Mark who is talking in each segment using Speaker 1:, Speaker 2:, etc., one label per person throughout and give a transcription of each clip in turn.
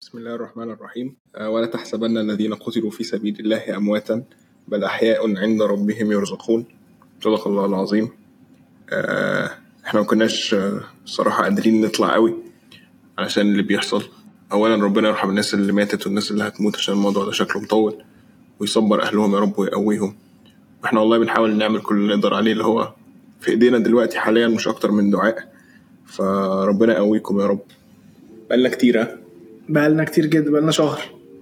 Speaker 1: بسم الله الرحمن الرحيم آه، ولا تحسبن الذين قتلوا في سبيل الله أمواتا بل أحياء عند ربهم يرزقون صدق الله العظيم آه، احنا ما كناش آه، الصراحة قادرين نطلع قوي علشان اللي بيحصل أولا ربنا يرحم الناس اللي ماتت والناس اللي هتموت عشان الموضوع ده شكله مطول ويصبر أهلهم يا رب ويقويهم واحنا والله بنحاول نعمل كل اللي نقدر عليه اللي هو في إيدينا دلوقتي حاليا مش أكتر من دعاء فربنا يقويكم يا رب بقالنا كتير ها؟
Speaker 2: بقالنا كتير جدا بقالنا شهر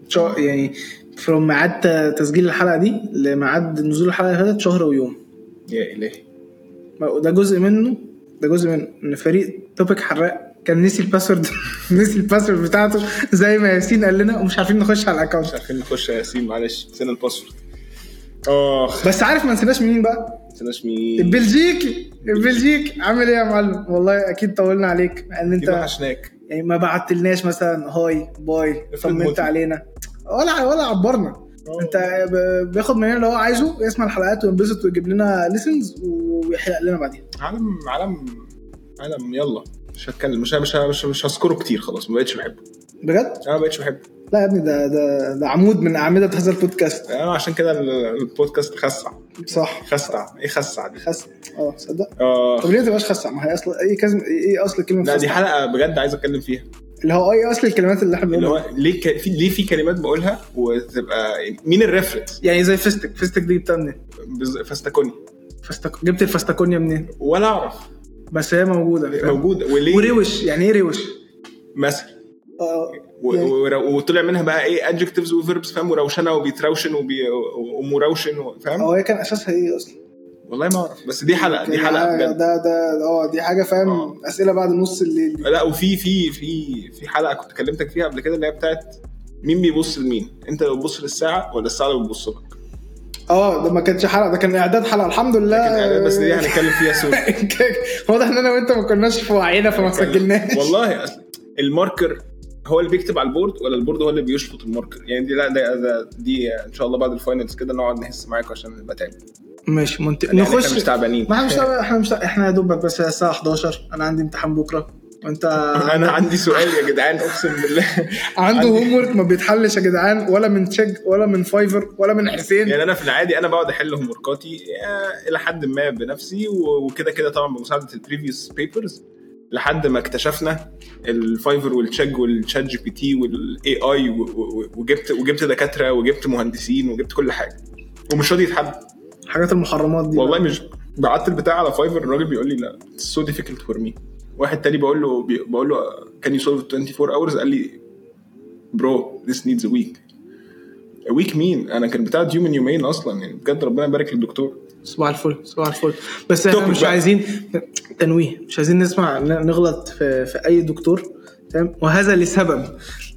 Speaker 2: شهر يعني فروم ميعاد ت- تسجيل الحلقه دي لميعاد نزول الحلقه اللي فاتت شهر ويوم
Speaker 1: يا إلهي
Speaker 2: ده جزء منه ده جزء منه ان فريق توبيك حراق كان نسي الباسورد نسي الباسورد بتاعته زي ما ياسين قال لنا ومش عارفين نخش على الاكونت
Speaker 1: مش عارفين نخش يا ياسين معلش نسينا الباسورد اخ
Speaker 2: بس عارف ما نسيناش مين بقى
Speaker 1: نسيناش مين
Speaker 2: البلجيكي البلجيكي عامل ايه يا معلم والله اكيد طولنا عليك مع ان
Speaker 1: انت
Speaker 2: انت
Speaker 1: وحشناك
Speaker 2: يعني ما بعتلناش مثلا هاي باي
Speaker 1: افرض مت.
Speaker 2: طمنت علينا ولا ولا عبرنا
Speaker 1: اه.
Speaker 2: انت ب- بياخد مننا اللي هو عايزه يسمع الحلقات وينبسط ويجيب لنا ليسنز ويحلق لنا بعدين
Speaker 1: عالم عالم عالم يلا مش هتكلم مش مش مش, مش هذكره كتير خلاص ما بقتش بحبه
Speaker 2: بجد
Speaker 1: انا ما بقتش بحبه
Speaker 2: لا يا ابني ده ده ده عمود من اعمده هذا البودكاست
Speaker 1: انا عشان كده ال- البودكاست خسع
Speaker 2: صح
Speaker 1: خسع ايه خسع دي
Speaker 2: خس اه صدق
Speaker 1: اخ
Speaker 2: طب ليه ما تبقاش خسع ما هي اصل ايه كزم ايه اصل الكلمه
Speaker 1: لا دي
Speaker 2: خسع؟
Speaker 1: حلقه بجد عايز اتكلم فيها
Speaker 2: اللي هو ايه اصل الكلمات اللي احنا
Speaker 1: اللي
Speaker 2: بنقولها
Speaker 1: هو ليه ك... في ليه في كلمات بقولها وتبقى مين الريفرنس
Speaker 2: يعني زي فستك فستك دي جبتها منين؟
Speaker 1: بز- فاستكوني
Speaker 2: فستك جبت الفستكونيا منين؟
Speaker 1: ولا اعرف
Speaker 2: بس هي موجوده فاهم؟
Speaker 1: موجود وليه
Speaker 2: وروش يعني ايه روش؟
Speaker 1: مثلا
Speaker 2: اه
Speaker 1: و-
Speaker 2: يعني-
Speaker 1: و- ورو- وطلع منها بقى ايه ادجكتيفز وفيربس فاهم وروشنه وبيتروشن وبي- ومروشن و- فاهم
Speaker 2: هو هي كان اساسها ايه اصلا؟
Speaker 1: والله ما اعرف بس دي حلقه دي حلقه
Speaker 2: يعني ده-
Speaker 1: بجد
Speaker 2: ده ده اه دي حاجه فاهم
Speaker 1: آه.
Speaker 2: اسئله بعد نص الليل دي
Speaker 1: لا وفي في في في حلقه كنت كلمتك فيها قبل كده اللي هي بتاعت مين بيبص لمين انت اللي بتبص للساعه ولا الساعه اللي بتبص لك
Speaker 2: اه ده ما كانتش حلقه ده كان اعداد حلقه الحمد لله
Speaker 1: لكن إعداد- بس دي هنتكلم فيها سوق
Speaker 2: واضح ان انا وانت ما كناش في وعينا فما سجلناش
Speaker 1: والله أصل الماركر هو اللي بيكتب على البورد ولا البورد هو اللي بيشفط الماركر يعني دي لا ده, ده دي ان شاء الله بعد الفاينلز كده نقعد نحس معاكم عشان نبقى تعب
Speaker 2: ماشي منت...
Speaker 1: يعني
Speaker 2: نخش إيه.
Speaker 1: احنا مش تعبانين
Speaker 2: ما احنا مش احنا مش احنا يا دوبك بس الساعه 11 انا عندي امتحان بكره وانت
Speaker 1: انا عندي سؤال يا جدعان اقسم بالله
Speaker 2: عنده هوم ورك ما بيتحلش يا جدعان ولا من تشيك ولا من فايفر ولا من حسين
Speaker 1: يعني انا في العادي انا بقعد احل هوم وركاتي آه، الى حد ما بنفسي و- وكده كده طبعا بمساعده البريفيوس بيبرز لحد ما اكتشفنا الفايفر والتشيج والتشات جي بي تي والاي اي وجبت وجبت دكاتره وجبت مهندسين وجبت كل حاجه ومش راضي يتحل
Speaker 2: الحاجات المحرمات دي
Speaker 1: والله مش بعت البتاع على فايفر الراجل بيقول لي لا سو ديفيكلت فور مي واحد تاني بقول له بي- بقول له كان يو سولف 24 اورز قال لي برو ذس نيدز ا ويك ويك مين انا كان بتاع يوم من يومين اصلا يعني بجد ربنا يبارك للدكتور
Speaker 2: صباح الفل صباح الفل بس احنا
Speaker 1: توبك
Speaker 2: مش
Speaker 1: بقى.
Speaker 2: عايزين تنويه مش عايزين نسمع ن- نغلط في, في اي دكتور تمام وهذا لسبب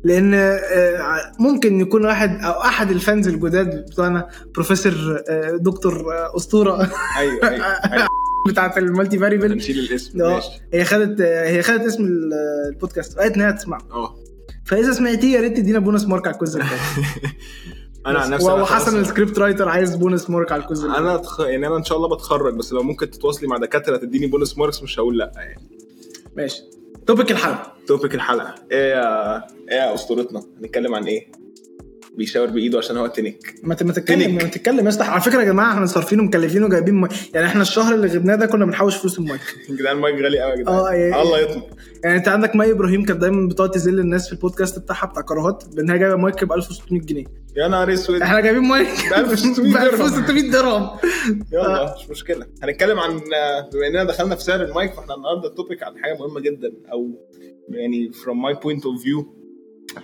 Speaker 2: لان آه، ع- ممكن يكون واحد او احد الفانز الجداد بتوعنا بروفيسور آه، دكتور آه، اسطوره
Speaker 1: ايوه ايوه, أيوة.
Speaker 2: بتاعت المالتي فاريبل
Speaker 1: هنشيل الاسم
Speaker 2: آه،
Speaker 1: ماشي
Speaker 2: هي خدت آه، هي خدت اسم ال- آه، البودكاست وقالت انها تسمع
Speaker 1: اه
Speaker 2: فاذا سمعتيه يا ريت تدينا بونس مارك على الكويز اللي فات.
Speaker 1: انا عن نفسي أنا
Speaker 2: وحسن
Speaker 1: خلاص-
Speaker 2: السكريبت رايتر عايز بونس مارك على الكويز اللي فات.
Speaker 1: انا تخ... يعني انا ان شاء الله بتخرج بس لو ممكن تتواصلي مع دكاتره تديني بونس ماركس مش هقول لا يعني
Speaker 2: ماشي توبيك الحلقه
Speaker 1: توبيك الحلقه ايه يا ايه يا اسطورتنا هنتكلم عن ايه بيشاور بايده عشان هو تنك
Speaker 2: ما ت- ما تتكلم
Speaker 1: تنك.
Speaker 2: ما تتكلم يا اسطى على فكره يا جماعه احنا صارفين ومكلفين وجايبين مي... يعني احنا الشهر اللي غبناه ده كنا بنحوش فلوس الميه
Speaker 1: يا جدعان المايك غالي قوي يا جدعان
Speaker 2: آه، إيه،
Speaker 1: الله
Speaker 2: إيه.
Speaker 1: يطمن
Speaker 2: يعني انت عندك مي ابراهيم كانت دايما بتقعد تذل الناس في البودكاست بتاعها بتاع كراهات بانها جايبه مايك ب 1600 جنيه
Speaker 1: يا نهار اسود
Speaker 2: احنا جايبين مايك
Speaker 1: ب 1600
Speaker 2: ب
Speaker 1: درهم.
Speaker 2: 1600 درهم آه.
Speaker 1: يلا مش مشكله هنتكلم عن بما اننا دخلنا في سعر المايك فاحنا النهارده التوبيك عن حاجه مهمه جدا او يعني from my point of view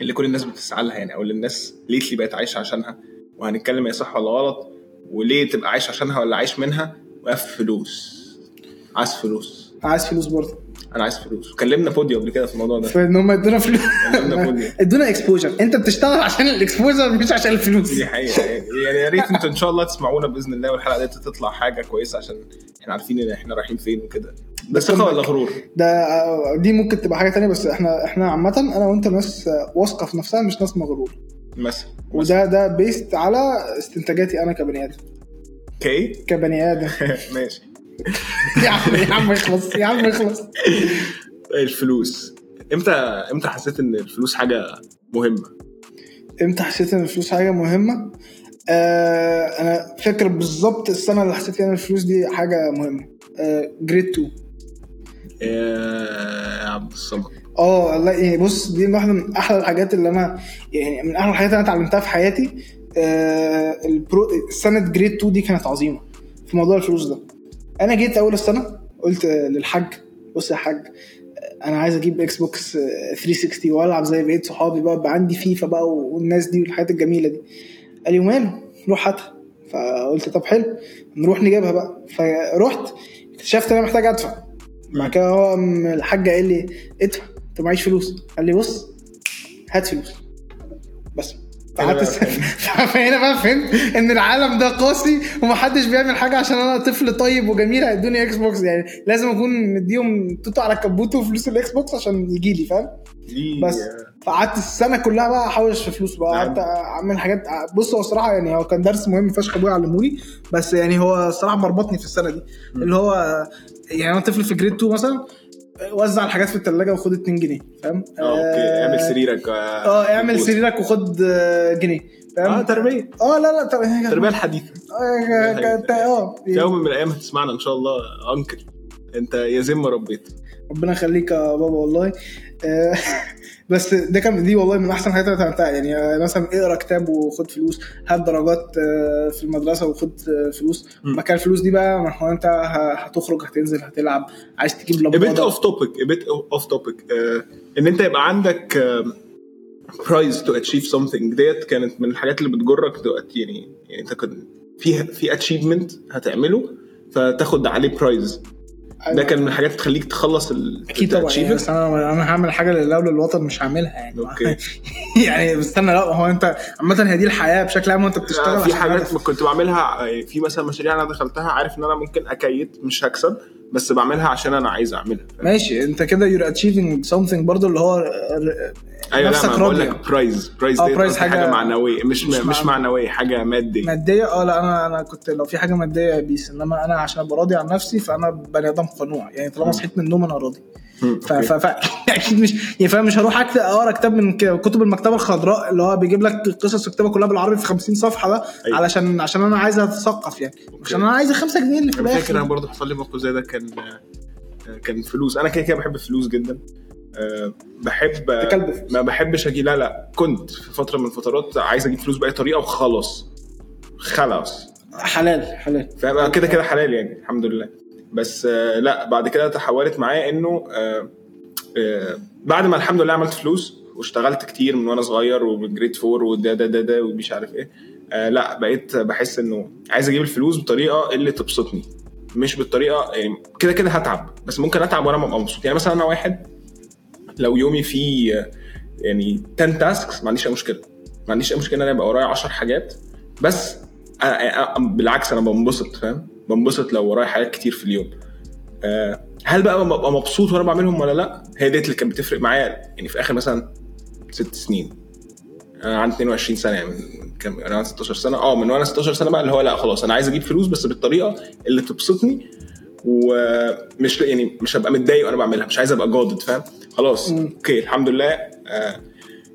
Speaker 1: اللي كل الناس بتسعى لها يعني او اللي الناس ليتلي بقت عايشه عشانها وهنتكلم هي صح ولا غلط وليه تبقى عايش عشانها ولا عايش منها وقف فلوس عايز فلوس
Speaker 2: عايز فلوس برضه
Speaker 1: انا عايز فلوس وكلمنا بوديو قبل كده في الموضوع ده
Speaker 2: فان هم ادونا فلوس
Speaker 1: عندنا فلوس.
Speaker 2: ادونا اكسبوجر انت بتشتغل عشان الاكسبوجر مش عشان الفلوس
Speaker 1: دي حقيقة يعني يا ريت انتوا ان شاء الله تسمعونا باذن الله والحلقة دي تطلع حاجة كويسة عشان احنا عارفين ان احنا رايحين فين وكده ده ثقة ولا غرور؟
Speaker 2: ده آه، دي ممكن تبقى حاجه تانية بس احنا احنا عامه انا وانت ناس آه، واثقه في نفسها مش ناس مغرور
Speaker 1: مثلا
Speaker 2: وده ده بيست على استنتاجاتي انا كبني ادم
Speaker 1: اوكي
Speaker 2: كبني ادم
Speaker 1: ماشي
Speaker 2: يا عم يا عم اخلص يا عم اخلص
Speaker 1: إيه، الفلوس امتى امتى حسيت ان الفلوس حاجة مهمه
Speaker 2: امتى حسيت ان الفلوس حاجه مهمه آه انا فاكر بالظبط السنه اللي حسيت فيها ان الفلوس دي حاجه مهمه آه جريد 2
Speaker 1: يا عبد الصمد
Speaker 2: اه لا يعني بص دي واحده من احلى الحاجات اللي انا يعني من احلى الحاجات اللي انا اتعلمتها في حياتي آه البرو سنه جريد 2 دي كانت عظيمه في موضوع الفلوس ده انا جيت اول السنه قلت آه، للحاج بص يا حاج آه، انا عايز اجيب اكس بوكس آه، 360 والعب زي بقيه صحابي بقى بقى عندي فيفا بقى والناس دي والحاجات الجميله دي قال لي وماله روح هاتها فقلت طب حلو نروح نجيبها بقى فرحت اكتشفت ان انا محتاج ادفع بعد كده هو قام الحاج قال لي ادفع انت معيش فلوس قال لي بص هات فلوس بس
Speaker 1: أنا
Speaker 2: قعدت
Speaker 1: بقى
Speaker 2: أسافر. فهنا بقى فهمت ان العالم ده قاسي ومحدش بيعمل حاجه عشان انا طفل طيب وجميل هيدوني اكس بوكس يعني لازم اكون مديهم توتو على كبوته وفلوس الاكس بوكس عشان يجي لي فاهم
Speaker 1: دي
Speaker 2: بس فقعدت السنه كلها بقى احوش في فلوس بقى
Speaker 1: نعم.
Speaker 2: قعدت اعمل حاجات بص هو الصراحه يعني هو كان درس مهم فشخ ابويا علمهولي بس يعني هو الصراحه مربطني في السنه دي اللي هو يعني انا طفل في جريد 2 مثلا وزع الحاجات في الثلاجه وخد 2 جنيه فاهم
Speaker 1: اه اوكي
Speaker 2: آه،
Speaker 1: اعمل سريرك
Speaker 2: اه اعمل سريرك وخد آه، جنيه
Speaker 1: اه
Speaker 2: فاهم
Speaker 1: تربيه
Speaker 2: اه لا لا تر-
Speaker 1: التربيه الحديثه
Speaker 2: آه، كانت- اه
Speaker 1: في يوم من الايام هتسمعنا ان شاء الله انكل انت يا ذمه ربيت
Speaker 2: ربنا يخليك يا بابا والله آه، بس ده كان دي والله من احسن الحاجات اللي أنا اتعلمتها يعني آه، مثلا اقرا كتاب وخد فلوس هات درجات آه، في المدرسه وخد آه، فلوس
Speaker 1: مم.
Speaker 2: مكان الفلوس دي بقى ما هو انت ه- هتخرج هتنزل هتلعب عايز تجيب
Speaker 1: A bit
Speaker 2: لمبه
Speaker 1: off topic a bit off topic آه، ان انت يبقى عندك uh, برايز تو اتشيف something ديت كانت من الحاجات اللي بتجرك دلوقتي يعني يعني انت كان في في اتشيفمنت هتعمله فتاخد عليه برايز ده كان من الحاجات اللي تخليك تخلص ال
Speaker 2: اكيد طبعا يعني
Speaker 1: achievement.
Speaker 2: بس انا انا هعمل حاجه لله وللوطن مش هعملها يعني
Speaker 1: اوكي
Speaker 2: يعني استنى لا هو انت عامه هي دي الحياه بشكل عام وانت بتشتغل
Speaker 1: في
Speaker 2: عشان
Speaker 1: حاجات
Speaker 2: هدف.
Speaker 1: كنت بعملها يعني في مثلا مشاريع انا دخلتها عارف ان انا ممكن اكيد مش هكسب بس بعملها عشان انا عايز اعملها
Speaker 2: ماشي انت كده you're achieving something برضو اللي هو آه،
Speaker 1: ايوه لا
Speaker 2: نفسك
Speaker 1: ما بقول
Speaker 2: راضي
Speaker 1: لك برايز برايز
Speaker 2: اه،
Speaker 1: ديت
Speaker 2: برايز
Speaker 1: قصدي حاجه,
Speaker 2: حاجة-
Speaker 1: معنويه مش
Speaker 2: مش
Speaker 1: مش, مش
Speaker 2: معنوية.
Speaker 1: معنويه حاجه ماديه
Speaker 2: ماديه اه لا انا انا كنت لو في حاجه ماديه بيس انما انا عشان ابقى راضي عن نفسي فانا بني ادم قنوع يعني طالما صحيت من النوم انا راضي
Speaker 1: مم،
Speaker 2: ف
Speaker 1: اوكي.
Speaker 2: ف ف اكيد مش يعني فاهم مش هروح اكتب اقرا كتاب من ك- كتب المكتبه الخضراء اللي هو بيجيب لك قصص وكتابه كلها بالعربي في 50 صفحه ده
Speaker 1: أيوة.
Speaker 2: علشان عشان انا عايز اتثقف يعني عشان انا عايز 5 جنيه اللي في
Speaker 1: انا فاكر انا
Speaker 2: الاخر
Speaker 1: برضه حصل لي موقف زي ده كان كان فلوس انا كده كده بحب الفلوس جدا أه، بحب
Speaker 2: كلب فلوس.
Speaker 1: ما بحبش اجي لا لا كنت في فتره من الفترات عايز اجيب فلوس باي طريقه وخلاص خلاص
Speaker 2: حلال حلال
Speaker 1: فاهم كده كده حلال يعني الحمد لله بس آه، لا بعد كده تحولت معايا انه آه، آه، بعد ما الحمد لله عملت فلوس واشتغلت كتير من وانا صغير ومن جريد فور وده ده ده ده ومش عارف ايه آه، لا بقيت بحس انه عايز اجيب الفلوس بطريقه اللي تبسطني مش بالطريقه يعني كده كده هتعب بس ممكن اتعب وانا ببقى مبسوط يعني مثلا انا واحد لو يومي فيه آه، يعني 10 تاسكس ما عنديش اي مشكله ما عنديش اي مشكله ان انا يبقى ورايا 10 حاجات بس أنا- أنا- أنا- بالعكس انا بنبسط فاهم بنبسط لو ورايا حاجات كتير في اليوم آه، هل بقى ببقى مبسوط وانا بعملهم ولا لا هي ديت اللي كانت بتفرق معايا يعني في اخر مثلا ست سنين انا عندي 22 سنه يعني من كام انا عندي 16 سنه اه من وانا 16 سنه بقى اللي هو لا خلاص انا عايز اجيب فلوس بس بالطريقه اللي تبسطني ومش يعني مش هبقى متضايق وانا بعملها مش عايز ابقى جادد فاهم خلاص
Speaker 2: مم.
Speaker 1: اوكي الحمد لله آه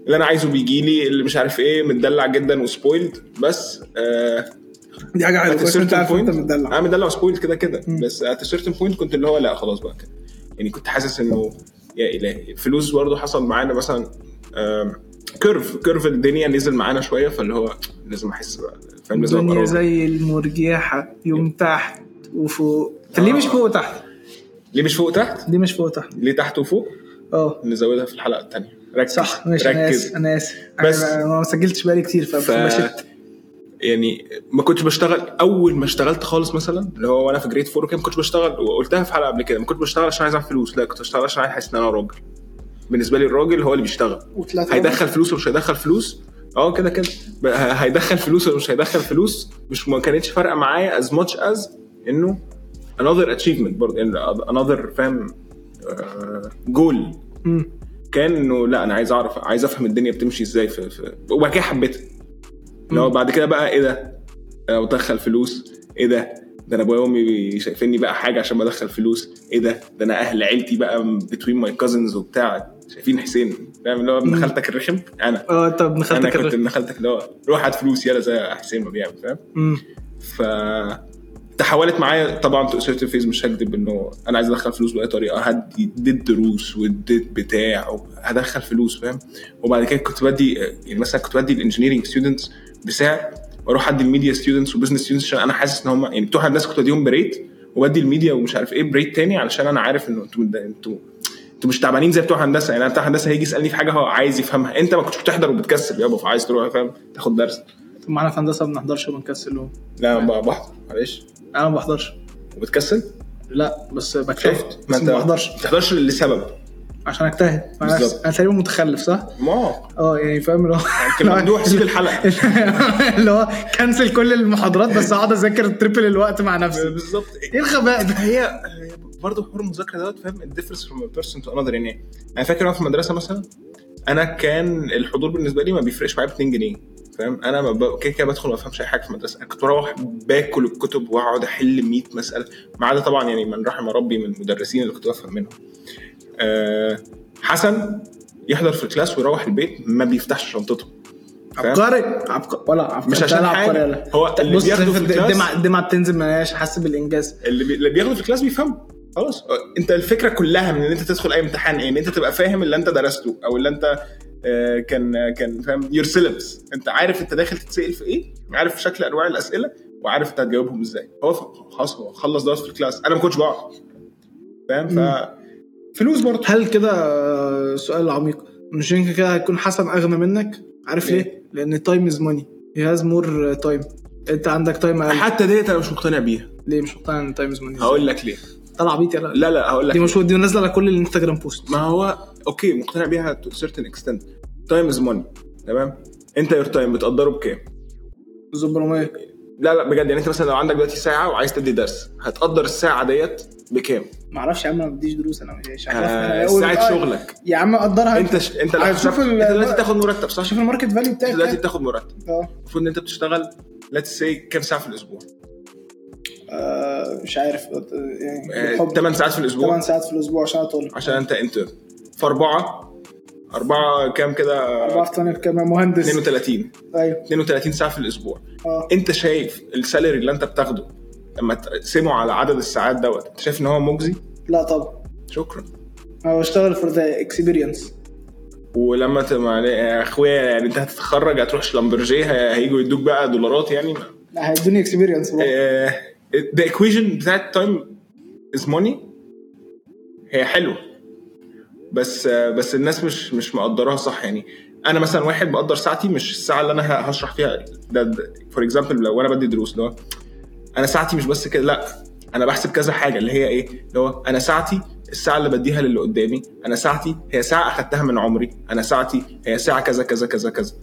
Speaker 1: اللي انا عايزه بيجي لي اللي مش عارف ايه متدلع جدا وسبويلد بس آه
Speaker 2: دي حاجه حلوه
Speaker 1: at a
Speaker 2: كويس إن انت
Speaker 1: certain
Speaker 2: عارف إن انت
Speaker 1: point-
Speaker 2: متدلع
Speaker 1: انا مدلع وسبويلد كده كده
Speaker 2: مم.
Speaker 1: بس ات سيرتن بوينت كنت اللي هو لا خلاص بقى كده يعني كنت حاسس انه يا الهي فلوس برضه حصل معانا مثلا كيرف كيرف الدنيا نزل معانا شويه فاللي هو لازم احس بقى فاهم لازم ابقى
Speaker 2: الدنيا
Speaker 1: راضي.
Speaker 2: زي المرجيحه يوم
Speaker 1: أيوه.
Speaker 2: تحت وفوق أنت ليه مش
Speaker 1: آه.
Speaker 2: فوق وتحت
Speaker 1: ليه مش فوق تحت؟
Speaker 2: ليه مش فوق وتحت
Speaker 1: ليه تحت وفوق؟
Speaker 2: اه
Speaker 1: نزودها في الحلقه الثانيه ركز
Speaker 2: صح ماشي انا
Speaker 1: ركز
Speaker 2: اسف انا اسف
Speaker 1: بس.
Speaker 2: بس انا ما سجلتش بقالي كتير
Speaker 1: ف...
Speaker 2: فمشيت
Speaker 1: يعني ما كنتش بشتغل اول ما اشتغلت خالص مثلا اللي هو وانا في جريد فور وكده ما كنتش بشتغل وقلتها في حلقه قبل كده ما كنتش بشتغل عشان عايز اعمل فلوس لا كنت بشتغل عشان عايز احس ان انا راجل بالنسبه لي الراجل هو اللي بيشتغل
Speaker 2: وطلعت
Speaker 1: هيدخل فلوس ومش هيدخل فلوس اه كده كده ب- ه- هيدخل فلوس ولا مش هيدخل فلوس مش ما كانتش فارقه معايا از ماتش از انه another achievement برضه إن- another فاهم آه، جول
Speaker 2: مم.
Speaker 1: كان انه لا انا عايز اعرف عايز افهم الدنيا بتمشي ازاي في, في وبعد إيه كده حبيتها لو بعد كده بقى ايه ده لو دخل آه، فلوس ايه ده ده انا ابويا وامي شايفيني بقى حاجه عشان بدخل فلوس ايه ده ده انا اهل عيلتي بقى بتوين ماي كازنز وبتاع شايفين حسين فاهم اللي هو ابن
Speaker 2: مم.
Speaker 1: خالتك الرخم انا
Speaker 2: اه طب ابن
Speaker 1: انا
Speaker 2: خالتك
Speaker 1: كنت
Speaker 2: الرخم.
Speaker 1: ابن خالتك اللي هو روح هات فلوس يلا زي حسين ما بيعمل فاهم
Speaker 2: مم.
Speaker 1: ف تحولت معايا طبعا اسرتي فيز مش هكدب انه انا عايز ادخل فلوس باي طريقه هدي اديت دروس واديت بتاع و- هدخل فلوس فاهم وبعد كده كنت بدي يعني مثلا كنت بدي الانجينيرنج ستودنتس بسعر واروح ادي الميديا ستودنتس وبزنس ستودنتس عشان انا حاسس ان هم يعني بتوع الناس كنت بديهم بريت وبدي الميديا ومش عارف ايه بريد تاني علشان انا عارف انه انتوا انتوا انتوا مش تعبانين زي بتوع هندسه يعني انا بتاع هندسه هيجي يسالني في حاجه هو عايز يفهمها انت ما كنتش بتحضر وبتكسل يابا فعايز تروح فاهم تاخد درس
Speaker 2: طب معانا في هندسه ما بنحضرش وبنكسل لهم
Speaker 1: لا بقى بحضر معلش
Speaker 2: انا ما بحضرش
Speaker 1: وبتكسل
Speaker 2: لا بس بكتشفت
Speaker 1: شفت
Speaker 2: بس ما بحضرش
Speaker 1: ما تحضرش لسبب
Speaker 2: عشان اجتهد مع نفسي.
Speaker 1: بالظبط.
Speaker 2: انا تقريبا متخلف صح؟
Speaker 1: ما
Speaker 2: اه يعني فاهم اللي هو
Speaker 1: كان ممدوح سيب الحلقه
Speaker 2: اللي هو كنسل كل المحاضرات بس اقعد اذاكر تريبل الوقت مع نفسي
Speaker 1: بالظبط
Speaker 2: ايه الغباء ده؟
Speaker 1: هي برضه حوار المذاكره دوت فاهم الديفرنس فروم بيرسون تو انذر يعني انا فاكر وانا في المدرسه مثلا انا كان الحضور بالنسبه لي ما بيفرقش معايا ب 2 جنيه فاهم انا ما ب- كده كده بدخل ما بفهمش اي حاجه في المدرسه انا كنت بروح باكل الكتب واقعد احل 100 مساله ما عدا طبعا يعني من رحم ربي من المدرسين اللي كنت بفهم منهم أه حسن يحضر في الكلاس ويروح البيت ما بيفتحش شنطته فاهم؟
Speaker 2: عبقري عبقري ولا عبقري
Speaker 1: مش عشان
Speaker 2: لا
Speaker 1: حاجة.
Speaker 2: عبقري ولا
Speaker 1: هو اللي
Speaker 2: بص
Speaker 1: بياخده في الكلاس-
Speaker 2: الدمعه الدمعه بتنزل ما هياش حاسس بالانجاز
Speaker 1: اللي, بي... اللي بياخده في الكلاس بيفهمه خلاص انت الفكره كلها من ان انت تدخل اي امتحان ايه ان انت تبقى فاهم اللي انت درسته او اللي انت آه، كان كان فاهم يور سيلبس انت عارف انت داخل تتسال في ايه عارف شكل انواع الاسئله وعارف انت هتجاوبهم ازاي هو ف- خلاص هو خلص درس في الكلاس انا ما كنتش بقعد فاهم ف فلوس برضه
Speaker 2: هل كده آه، سؤال عميق مش يمكن كده هيكون حسن اغنى منك عارف
Speaker 1: ليه؟
Speaker 2: ليه؟ لان تايم از ماني هي هاز مور تايم انت آه، عندك تايم اقل
Speaker 1: حتى ديت انا مش مقتنع بيها
Speaker 2: ليه مش مقتنع ان تايم از ماني
Speaker 1: هقول لك ليه
Speaker 2: طلع بيت يلا
Speaker 1: أه. لا لا هقول لك
Speaker 2: دي مش دي نازله على كل الانستجرام بوست
Speaker 1: ما هو اوكي مقتنع بيها to a certain extent time is money تمام انت يور تايم بتقدره بكام
Speaker 2: زبرمية
Speaker 1: لا لا بجد يعني انت مثلا لو عندك دلوقتي ساعه وعايز تدي درس هتقدر الساعه ديت بكام؟
Speaker 2: معرفش يا عم انا ما بديش دروس انا مش عارف
Speaker 1: آه،
Speaker 2: أنا أول-
Speaker 1: ساعه
Speaker 2: آه،
Speaker 1: شغلك
Speaker 2: يا عم قدرها
Speaker 1: انت ش... انت لا
Speaker 2: هتشوف
Speaker 1: شوف
Speaker 2: ال-
Speaker 1: انت دلوقتي تاخد مرتب صح؟
Speaker 2: شوف الماركت فاليو
Speaker 1: انت دلوقتي
Speaker 2: بتاعك
Speaker 1: بتاخد مرتب
Speaker 2: اه
Speaker 1: المفروض ان انت بتشتغل ليتس سي كام ساعه في الاسبوع؟
Speaker 2: آه، مش عارف آه، يعني
Speaker 1: 8 ساعات في الاسبوع
Speaker 2: 8 ساعات في الاسبوع عشان اطول
Speaker 1: عشان انت انترن فاربعه اربعه كام كده
Speaker 2: 4 في 8 كمان مهندس
Speaker 1: 32
Speaker 2: ايوه
Speaker 1: 32 ساعه في الاسبوع
Speaker 2: اه
Speaker 1: انت شايف السالري اللي انت بتاخده لما تقسمه على عدد الساعات دوت انت شايف ان هو مجزي؟
Speaker 2: لا طبعا
Speaker 1: شكرا
Speaker 2: انا بشتغل فور ذا اكسبيرينس
Speaker 1: ولما تبقى يا اخويا يعني انت هتتخرج هتروح شلمبرجي هي- هيجوا يدوك بقى دولارات يعني آه،
Speaker 2: لا هيدوني اكسبيرينس
Speaker 1: ذا ايكويجن بتاعت تايم از ماني هي حلوه بس آه، بس الناس مش مش مقدراها صح يعني انا مثلا واحد بقدر ساعتي مش الساعه اللي انا ه- هشرح فيها ده فور اكزامبل لو انا بدي دروس اللي هو انا ساعتي مش بس كده لا انا بحسب كذا حاجه اللي هي ايه اللي هو انا ساعتي الساعه اللي بديها للي قدامي انا ساعتي هي ساعه اخدتها من عمري انا ساعتي هي ساعه كذا كذا كذا كذا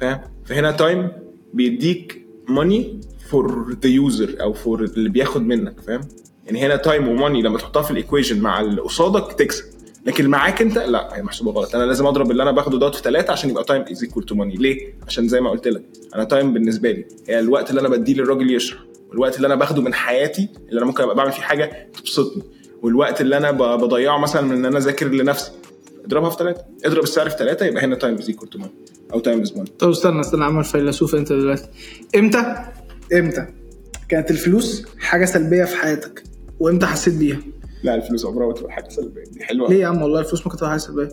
Speaker 1: فاهم فهنا تايم بيديك ماني فور ذا يوزر او فور اللي بياخد منك فاهم يعني هنا تايم وماني لما تحطها في الايكويشن مع اللي قصادك تكسب لكن معاك انت لا هي محسوبه غلط انا لازم اضرب اللي انا باخده دوت في ثلاثه عشان يبقى تايم از ايكوال تو ماني ليه؟ عشان زي ما قلت لك انا تايم بالنسبه لي هي الوقت اللي انا بديه للراجل يشرح والوقت اللي انا باخده من حياتي اللي انا ممكن ابقى بعمل فيه حاجه تبسطني والوقت اللي انا ب- بضيعه مثلا من ان انا اذاكر لنفسي اضربها في ثلاثه اضرب السعر في ثلاثه يبقى هنا تايم از ايكوال تو ماني او تايم از ماني
Speaker 2: طب طيب استنى استنى عمل فيلسوف انت دلوقتي امتى امتى كانت الفلوس حاجه سلبيه في حياتك وامتى حسيت بيها
Speaker 1: لا الفلوس عمرها ما تبقى حاجه سلبيه دي حلوه
Speaker 2: ليه يا عم والله الفلوس ممكن تبقى حاجه سلبيه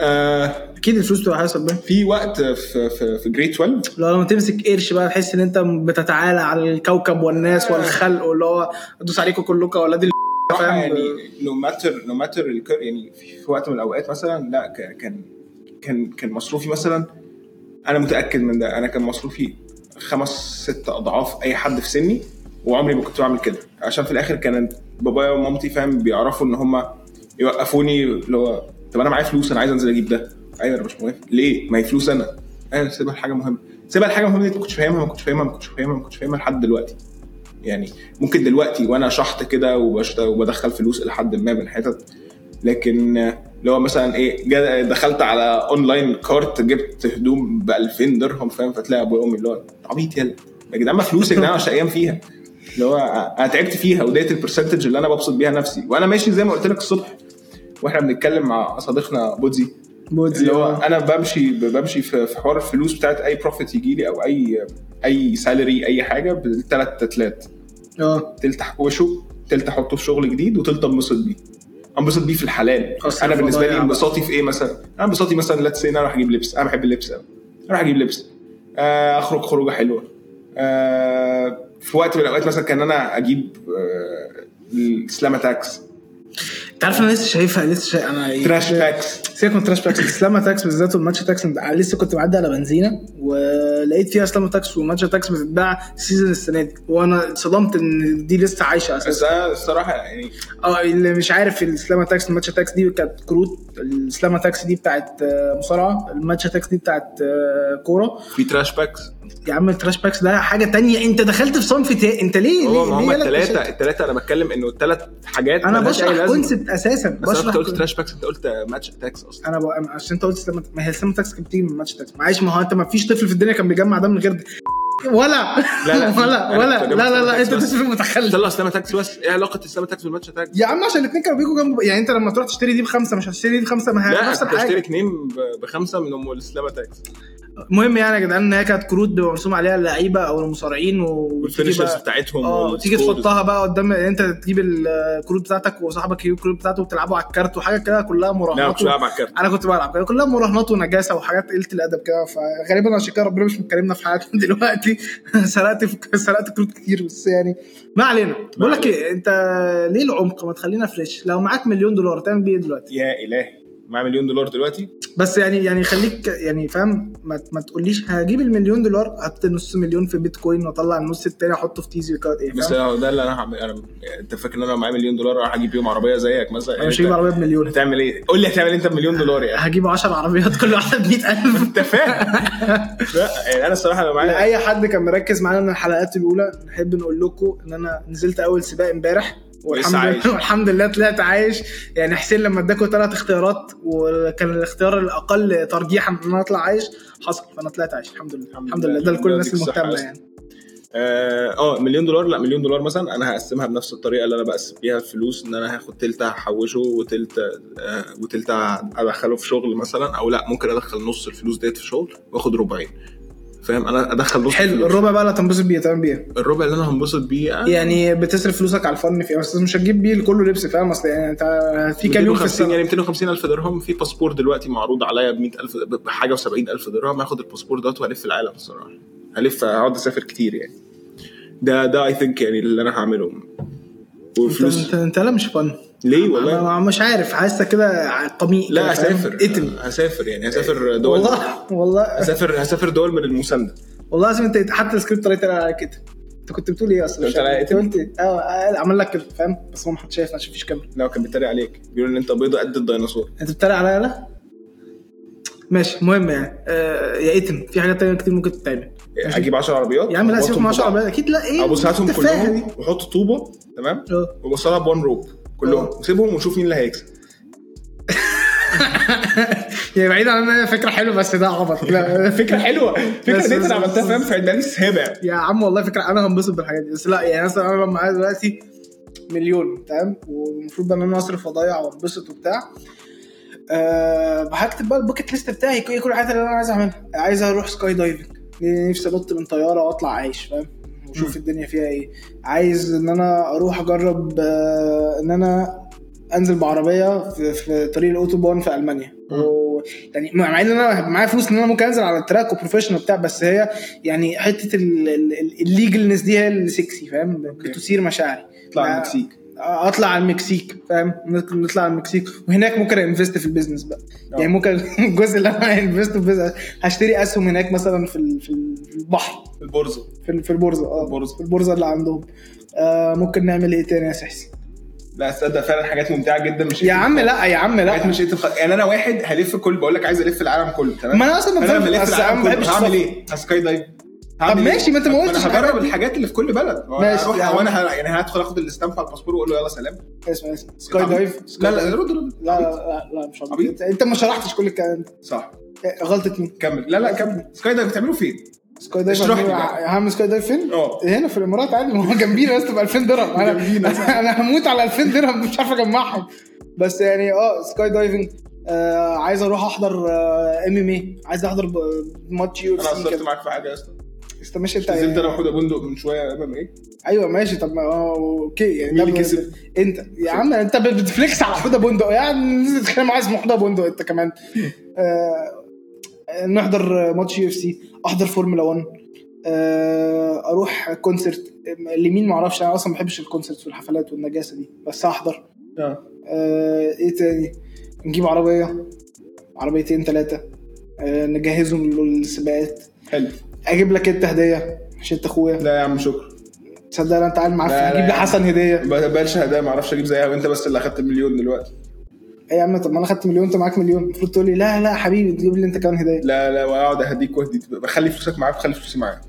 Speaker 1: آه
Speaker 2: اكيد الفلوس بتبقى حاجه سلبيه
Speaker 1: في وقت في في, في جريد 12
Speaker 2: لو لما تمسك قرش بقى تحس ان انت بتتعالى على الكوكب والناس والخلق واللي هو ادوس عليكم كلكم يا اولاد ال-
Speaker 1: صراحة
Speaker 2: فاهم؟
Speaker 1: يعني نو ماتر نو ماتر يعني في في وقت من الاوقات مثلا لا ك- كان كان كان مصروفي مثلا انا متاكد من ده انا كان مصروفي خمس ست اضعاف اي حد في سني وعمري ما كنت بعمل كده عشان في الاخر كان بابايا ومامتي فاهم بيعرفوا ان هم يوقفوني اللي هو طب انا معايا فلوس انا عايز انزل اجيب ده ايوه انا مش موافق ليه ما هي فلوس انا ايوه سيبها لحاجه مهمه سيبها لحاجه مهمه دي ما كنتش فاهمها ما كنتش فاهمها ما كنتش فاهمها ما كنتش فاهمها لحد دلوقتي يعني ممكن دلوقتي وانا شحط كده وبشت- وبدخل فلوس الى حد ما من حتت لكن اللي هو مثلا ايه جا- دخلت على اونلاين كارت جبت هدوم ب 2000 درهم فاهم فتلاقي ابويا وامي اللي هو عبيط يلا يا جدعان ما فلوس يا جدعان عشان ايام فيها اللي هو انا تعبت فيها وديت البرسنتج اللي انا ببسط بيها نفسي وانا ماشي زي ما قلت لك الصبح واحنا بنتكلم مع صديقنا بودزي
Speaker 2: بودزي،
Speaker 1: اللي هو
Speaker 2: آه.
Speaker 1: انا بمشي بمشي في في حوار الفلوس بتاعت اي بروفيت يجي لي او اي اي سالري اي حاجه بالثلاث تلات
Speaker 2: اه
Speaker 1: تلت احوشه تلت احطه في شغل جديد وتلت انبسط بيه انبسط بيه في الحلال
Speaker 2: أصل
Speaker 1: انا بالنسبه
Speaker 2: الموضوع
Speaker 1: لي
Speaker 2: يعني
Speaker 1: انبساطي في ايه مثلا انا انبساطي مثلا ليتس ان انا راح اجيب لبس انا بحب اللبس قوي راح اجيب لبس آه، اخرج خروجه حلوه آه، في وقت من الاوقات مثلا كان انا اجيب آه، السلامه تاكس
Speaker 2: انت عارف انا لسه شايفها لسه شايف انا
Speaker 1: تراش تاكس
Speaker 2: سيبك من تراش تاكس سلاما تاكس بالذات والماتشا تاكس أنا لسه كنت معدي على بنزينه ولقيت فيها سلاما تاكس وماتشا تاكس بتتباع سيزون السنه دي وانا اتصدمت ان دي لسه عايشه اساسا
Speaker 1: بس انا الصراحه يعني
Speaker 2: اه اللي مش عارف السلاما تاكس الماتشا تاكس دي كانت كروت السلاما تاكس دي بتاعت آه، مصارعه الماتشا تاكس دي بتاعت آه، كوره
Speaker 1: في تراش باكس
Speaker 2: يا عم التراش باكس ده حاجه تانية انت دخلت في صنف تا... انت ليه
Speaker 1: هو
Speaker 2: ليه
Speaker 1: ما هم
Speaker 2: ليه جالك
Speaker 1: الثلاثه
Speaker 2: تشت-
Speaker 1: الثلاثه انا بتكلم انه الثلاث حاجات
Speaker 2: انا
Speaker 1: ملهاش أي
Speaker 2: بشرح
Speaker 1: لازمة.
Speaker 2: كونسبت اساسا
Speaker 1: بس أنا
Speaker 2: بشرح
Speaker 1: أنت قلت
Speaker 2: كون-
Speaker 1: تراش باكس انت قلت ماتش تاكس اصلا
Speaker 2: انا بقى عشان انت قلت سلامة ما هي سلامة تاكس كانت بتيجي من ماتش تاكس معلش ما هو انت ما فيش طفل في الدنيا كان بيجمع ده من غير ده ولا
Speaker 1: لا، لا.
Speaker 2: ولا
Speaker 1: أنا
Speaker 2: ولا
Speaker 1: كنت
Speaker 2: لا لا لا
Speaker 1: بجمع
Speaker 2: انت
Speaker 1: سلامة تاكس
Speaker 2: طفل
Speaker 1: خلي
Speaker 2: متخلف
Speaker 1: طلع اسلام تاكس بس ايه علاقه اسلام تاكس بالماتش تاكس
Speaker 2: يا عم عشان الاثنين كانوا بيجوا جنب يعني انت لما تروح تشتري دي بخمسه مش هتشتري دي بخمسه ما هي
Speaker 1: لا
Speaker 2: آه، نفس
Speaker 1: كنت اشتري
Speaker 2: الحاجه
Speaker 1: اتنين ب- بخمسه من ام الاسلام تاكس
Speaker 2: المهم يعني يا جدعان ان هي كانت كروت بيبقى مرسوم عليها اللعيبه او المصارعين وتيجي
Speaker 1: والفينشرز
Speaker 2: بقى-
Speaker 1: بتاعتهم
Speaker 2: اه تيجي
Speaker 1: والسكورز.
Speaker 2: تحطها بقى قدام انت تجيب الكروت بتاعتك وصاحبك يجيب الكروت بتاعته وتلعبوا على الكارت وحاجه كده كلها
Speaker 1: لا
Speaker 2: مراهنات
Speaker 1: كنت بلعب على الكارت
Speaker 2: انا كنت بلعب كده كلها مراهنات ونجاسه وحاجات قله الادب كده فغالبا عشان كده ربنا مش مكلمنا في حياتنا دلوقتي سرقت في سرقت كروت كتير بس يعني ما علينا بقول لك ايه انت ليه العمق ما تخلينا فريش لو معاك مليون دولار تعمل بيه إيه دلوقتي
Speaker 1: يا الهي مع مليون دولار دلوقتي
Speaker 2: بس يعني يعني خليك يعني فاهم ما, ما تقوليش هجيب المليون دولار هحط نص مليون في بيتكوين واطلع النص التاني احطه في تيزي وكات ايه
Speaker 1: بس
Speaker 2: فاهم؟
Speaker 1: هو ده اللي انا هعمل انا انت فاكر ان انا لو معايا مليون دولار راح اجيب بيهم عربيه زيك مثلا
Speaker 2: انا مش
Speaker 1: أنت
Speaker 2: هجيب عربيه بمليون
Speaker 1: هتعمل ايه؟ قول لي هتعمل انت بمليون دولار يعني
Speaker 2: هجيب 10 عربيات كل واحده ب 100000
Speaker 1: انت فاهم؟ لا يعني انا الصراحه لو معايا
Speaker 2: لأي حد كان مركز معانا من الحلقات الأولى نحب نقول لكم إن أنا نزلت أول سباق امبارح والحمد
Speaker 1: عايش.
Speaker 2: لله والحمد لله طلعت عايش يعني حسين لما اداكوا ثلاث اختيارات وكان الاختيار الأقل ترجيحا إن أنا أطلع عايش حصل فأنا طلعت عايش الحمد لله
Speaker 1: الحمد
Speaker 2: الحمد
Speaker 1: لله.
Speaker 2: لله ده لكل
Speaker 1: ربنا
Speaker 2: الناس
Speaker 1: يديك الصحة يا
Speaker 2: المهتمة
Speaker 1: أسطى.
Speaker 2: يعني
Speaker 1: اه آه، مليون دولار لا مليون دولار مثلا انا هقسمها بنفس الطريقه اللي انا بقسم بيها الفلوس ان انا هاخد تلت هحوشه وتلت آه وتلت ادخله في شغل مثلا او لا ممكن ادخل نص الفلوس ديت في شغل واخد ربعين فاهم انا ادخل نص
Speaker 2: حلو
Speaker 1: الفلوس.
Speaker 2: الربع بقى اللي هتنبسط بيه تعمل بيه
Speaker 1: الربع اللي انا هنبسط بيه آه،
Speaker 2: يعني بتصرف فلوسك على الفن فيه بس مش هتجيب بيه كله لبس فاهم اصل يعني انت في كام يوم في
Speaker 1: 250
Speaker 2: السنه
Speaker 1: يعني 250 الف درهم في باسبور دلوقتي معروض عليا ب 100000 بحاجه و70 الف درهم هاخد الباسبور دوت والف العالم الصراحه هلف هقعد اسافر كتير يعني ده ده اي ثينك يعني اللي انا هعمله
Speaker 2: انت انت,
Speaker 1: وفلوس
Speaker 2: انت لا مش فن
Speaker 1: ليه والله
Speaker 2: انا مش عارف حاسه كده قميء
Speaker 1: لا
Speaker 2: كده، فاهم؟
Speaker 1: هسافر
Speaker 2: اتم
Speaker 1: هسافر يعني هسافر دول
Speaker 2: والله والله
Speaker 1: هسافر هسافر دول من المسانده
Speaker 2: والله لازم انت حتى السكريبت طلعت على كده انت كنت بتقول ايه اصلا
Speaker 1: كنت على
Speaker 2: انت
Speaker 1: كده؟
Speaker 2: قلت إيه؟ اه آه، عمل لك كده فاهم بس هو ما حد شايف عشان مفيش كاميرا
Speaker 1: لو كان بيتريق عليك بيقول ان انت بيضه قد الديناصور
Speaker 2: انت بتتريق عليا لا ماشي المهم يعني آه يا ايتم في حاجات تانية كتير ممكن تتعمل
Speaker 1: هجيب 10 إيه، عربيات
Speaker 2: يا عم لا
Speaker 1: وأحطهم
Speaker 2: سيبك من
Speaker 1: في
Speaker 2: 10
Speaker 1: بعض.
Speaker 2: عربيات اكيد لا ايه
Speaker 1: ابص هاتهم
Speaker 2: التفاهة
Speaker 1: كلهم
Speaker 2: دي؟
Speaker 1: وحط طوبه تمام
Speaker 2: اه.
Speaker 1: وبوصلها بون روب كلهم
Speaker 2: اه.
Speaker 1: وسيبهم ونشوف مين اللي هيكسب
Speaker 2: يعني بعيد عن انها فكره حلوه بس ده عبط لا
Speaker 1: فكره حلوه فكره
Speaker 2: بس-
Speaker 1: دي انا
Speaker 2: بس-
Speaker 1: عملتها
Speaker 2: بس-
Speaker 1: فاهم في عيد ميلادي السابع
Speaker 2: يا عم والله فكره انا هنبسط بالحاجات دي بس لا يعني مثلا انا لما معايا دلوقتي مليون تمام والمفروض بقى ان انا اصرف واضيع وانبسط وبتاع أه هكتب بقى الباكت ليست بتاعي ايه كل الحاجات اللي انا عايز اعملها عايز اروح سكاي دايفنج نفسي انط من طياره واطلع عايش فاهم واشوف الدنيا فيها ايه عايز ان انا اروح اجرب آه، ان انا انزل بعربيه في, في طريق الاوتوبان في المانيا
Speaker 1: مم.
Speaker 2: و... يعني مع ان انا معايا فلوس ان انا ممكن انزل على التراك وبروفيشنال بتاع بس هي يعني حته الليجلنس دي هي اللي سكسي فاهم بتثير مشاعري
Speaker 1: اطلع
Speaker 2: ما-
Speaker 1: المكسيك
Speaker 2: اطلع على المكسيك فاهم ممكن نطلع على المكسيك وهناك ممكن انفست في البيزنس بقى
Speaker 1: آه.
Speaker 2: يعني ممكن الجزء اللي انا انفست في البيزنس هشتري اسهم هناك مثلا في ال- في البحر
Speaker 1: البورصه
Speaker 2: في ال- في البورصه اه
Speaker 1: البورصة.
Speaker 2: في البورصه اللي عندهم آه ممكن نعمل ايه تاني يا سحسي
Speaker 1: لا تصدق فعلا حاجات ممتعه جدا مش
Speaker 2: يا عم لا يا عم
Speaker 1: حاجات
Speaker 2: لا
Speaker 1: مش انت يعني انا واحد هلف كل بقول لك عايز الف العالم كله تمام
Speaker 2: ما أنا أصلاً ما
Speaker 1: انا لما
Speaker 2: بفهمش-
Speaker 1: الف
Speaker 2: أصل أنا ما
Speaker 1: العالم
Speaker 2: بحبش
Speaker 1: كله هعمل
Speaker 2: السفر.
Speaker 1: ايه؟ هسكاي دايف
Speaker 2: إيه. طب ماشي، ما أنت ما قلتش
Speaker 1: انا
Speaker 2: الحاجات
Speaker 1: إيه؟ هجرب
Speaker 2: دي.
Speaker 1: الحاجات اللي في كل بلد
Speaker 2: ماشي،
Speaker 1: ماشي
Speaker 2: يا
Speaker 1: اروح
Speaker 2: عم.
Speaker 1: وانا ه- يعني هدخل اخد الاستامب على الباسبور واقول له يلا سلام
Speaker 2: اسمع اسمع سكاي دايف
Speaker 1: لا لا رد رد
Speaker 2: لا لا لا, لا مش عبيط
Speaker 1: عبيط.
Speaker 2: انت ما شرحتش كل الكلام ده
Speaker 1: صح
Speaker 2: غلطه مين
Speaker 1: كمل لا لا كمل سكاي دايف بتعملوه فين؟
Speaker 2: سكاي دايف
Speaker 1: اشرح لي
Speaker 2: هعمل-
Speaker 1: بقى.
Speaker 2: هعمل سكاي دايف فين؟
Speaker 1: اه.
Speaker 2: هنا في الامارات عادي ما هو جنبينا يا اسطى ب 2000 درهم انا
Speaker 1: جنبينا.
Speaker 2: انا هموت على 2000 درهم مش عارف اجمعهم بس يعني اه سكاي دايفنج آه عايز آه، اروح احضر ام ام اي عايز احضر ب- ماتش يو
Speaker 1: انا قصرت معاك في حاجه يا اسطى
Speaker 2: بس ماشي انت
Speaker 1: نزلت انا وحوده بندق من شويه امام ايه
Speaker 2: ايوه ماشي طب ما هو اوكي يعني
Speaker 1: مين
Speaker 2: ده
Speaker 1: اللي
Speaker 2: ب-
Speaker 1: كسب؟
Speaker 2: انت يا عم انت بت- بتفليكس على حوده بندق يعني نزل تتكلم عايز اسمه حوده بندق انت كمان آه نحضر ماتش يو اف سي احضر فورمولا 1 آه اروح كونسرت لمين ما اعرفش انا اصلا ما بحبش الكونسرت والحفلات والنجاسه دي بس هحضر
Speaker 1: اه
Speaker 2: آه ايه تاني نجيب عربيه عربيتين ثلاثه آه نجهزهم للسباقات
Speaker 1: حلو
Speaker 2: اجيب لك انت هديه عشان انت اخويا
Speaker 1: لا يا عم شكرا
Speaker 2: تصدق انا انت قاعد
Speaker 1: لا، لا
Speaker 2: معاك هجيب
Speaker 1: يا عم.
Speaker 2: لحسن هديه
Speaker 1: ب- بلاش هدايا ما اعرفش اجيب زيها وانت بس اللي اخدت مليون دلوقتي
Speaker 2: ايه يا عم طب ما انا خدت مليون انت معاك مليون المفروض تقول لي لا لا حبيبي تجيب لي انت كمان هدايا
Speaker 1: لا لا واقعد اهديك واهديك بخلي فلوسك معايا بخلي فلوسي معايا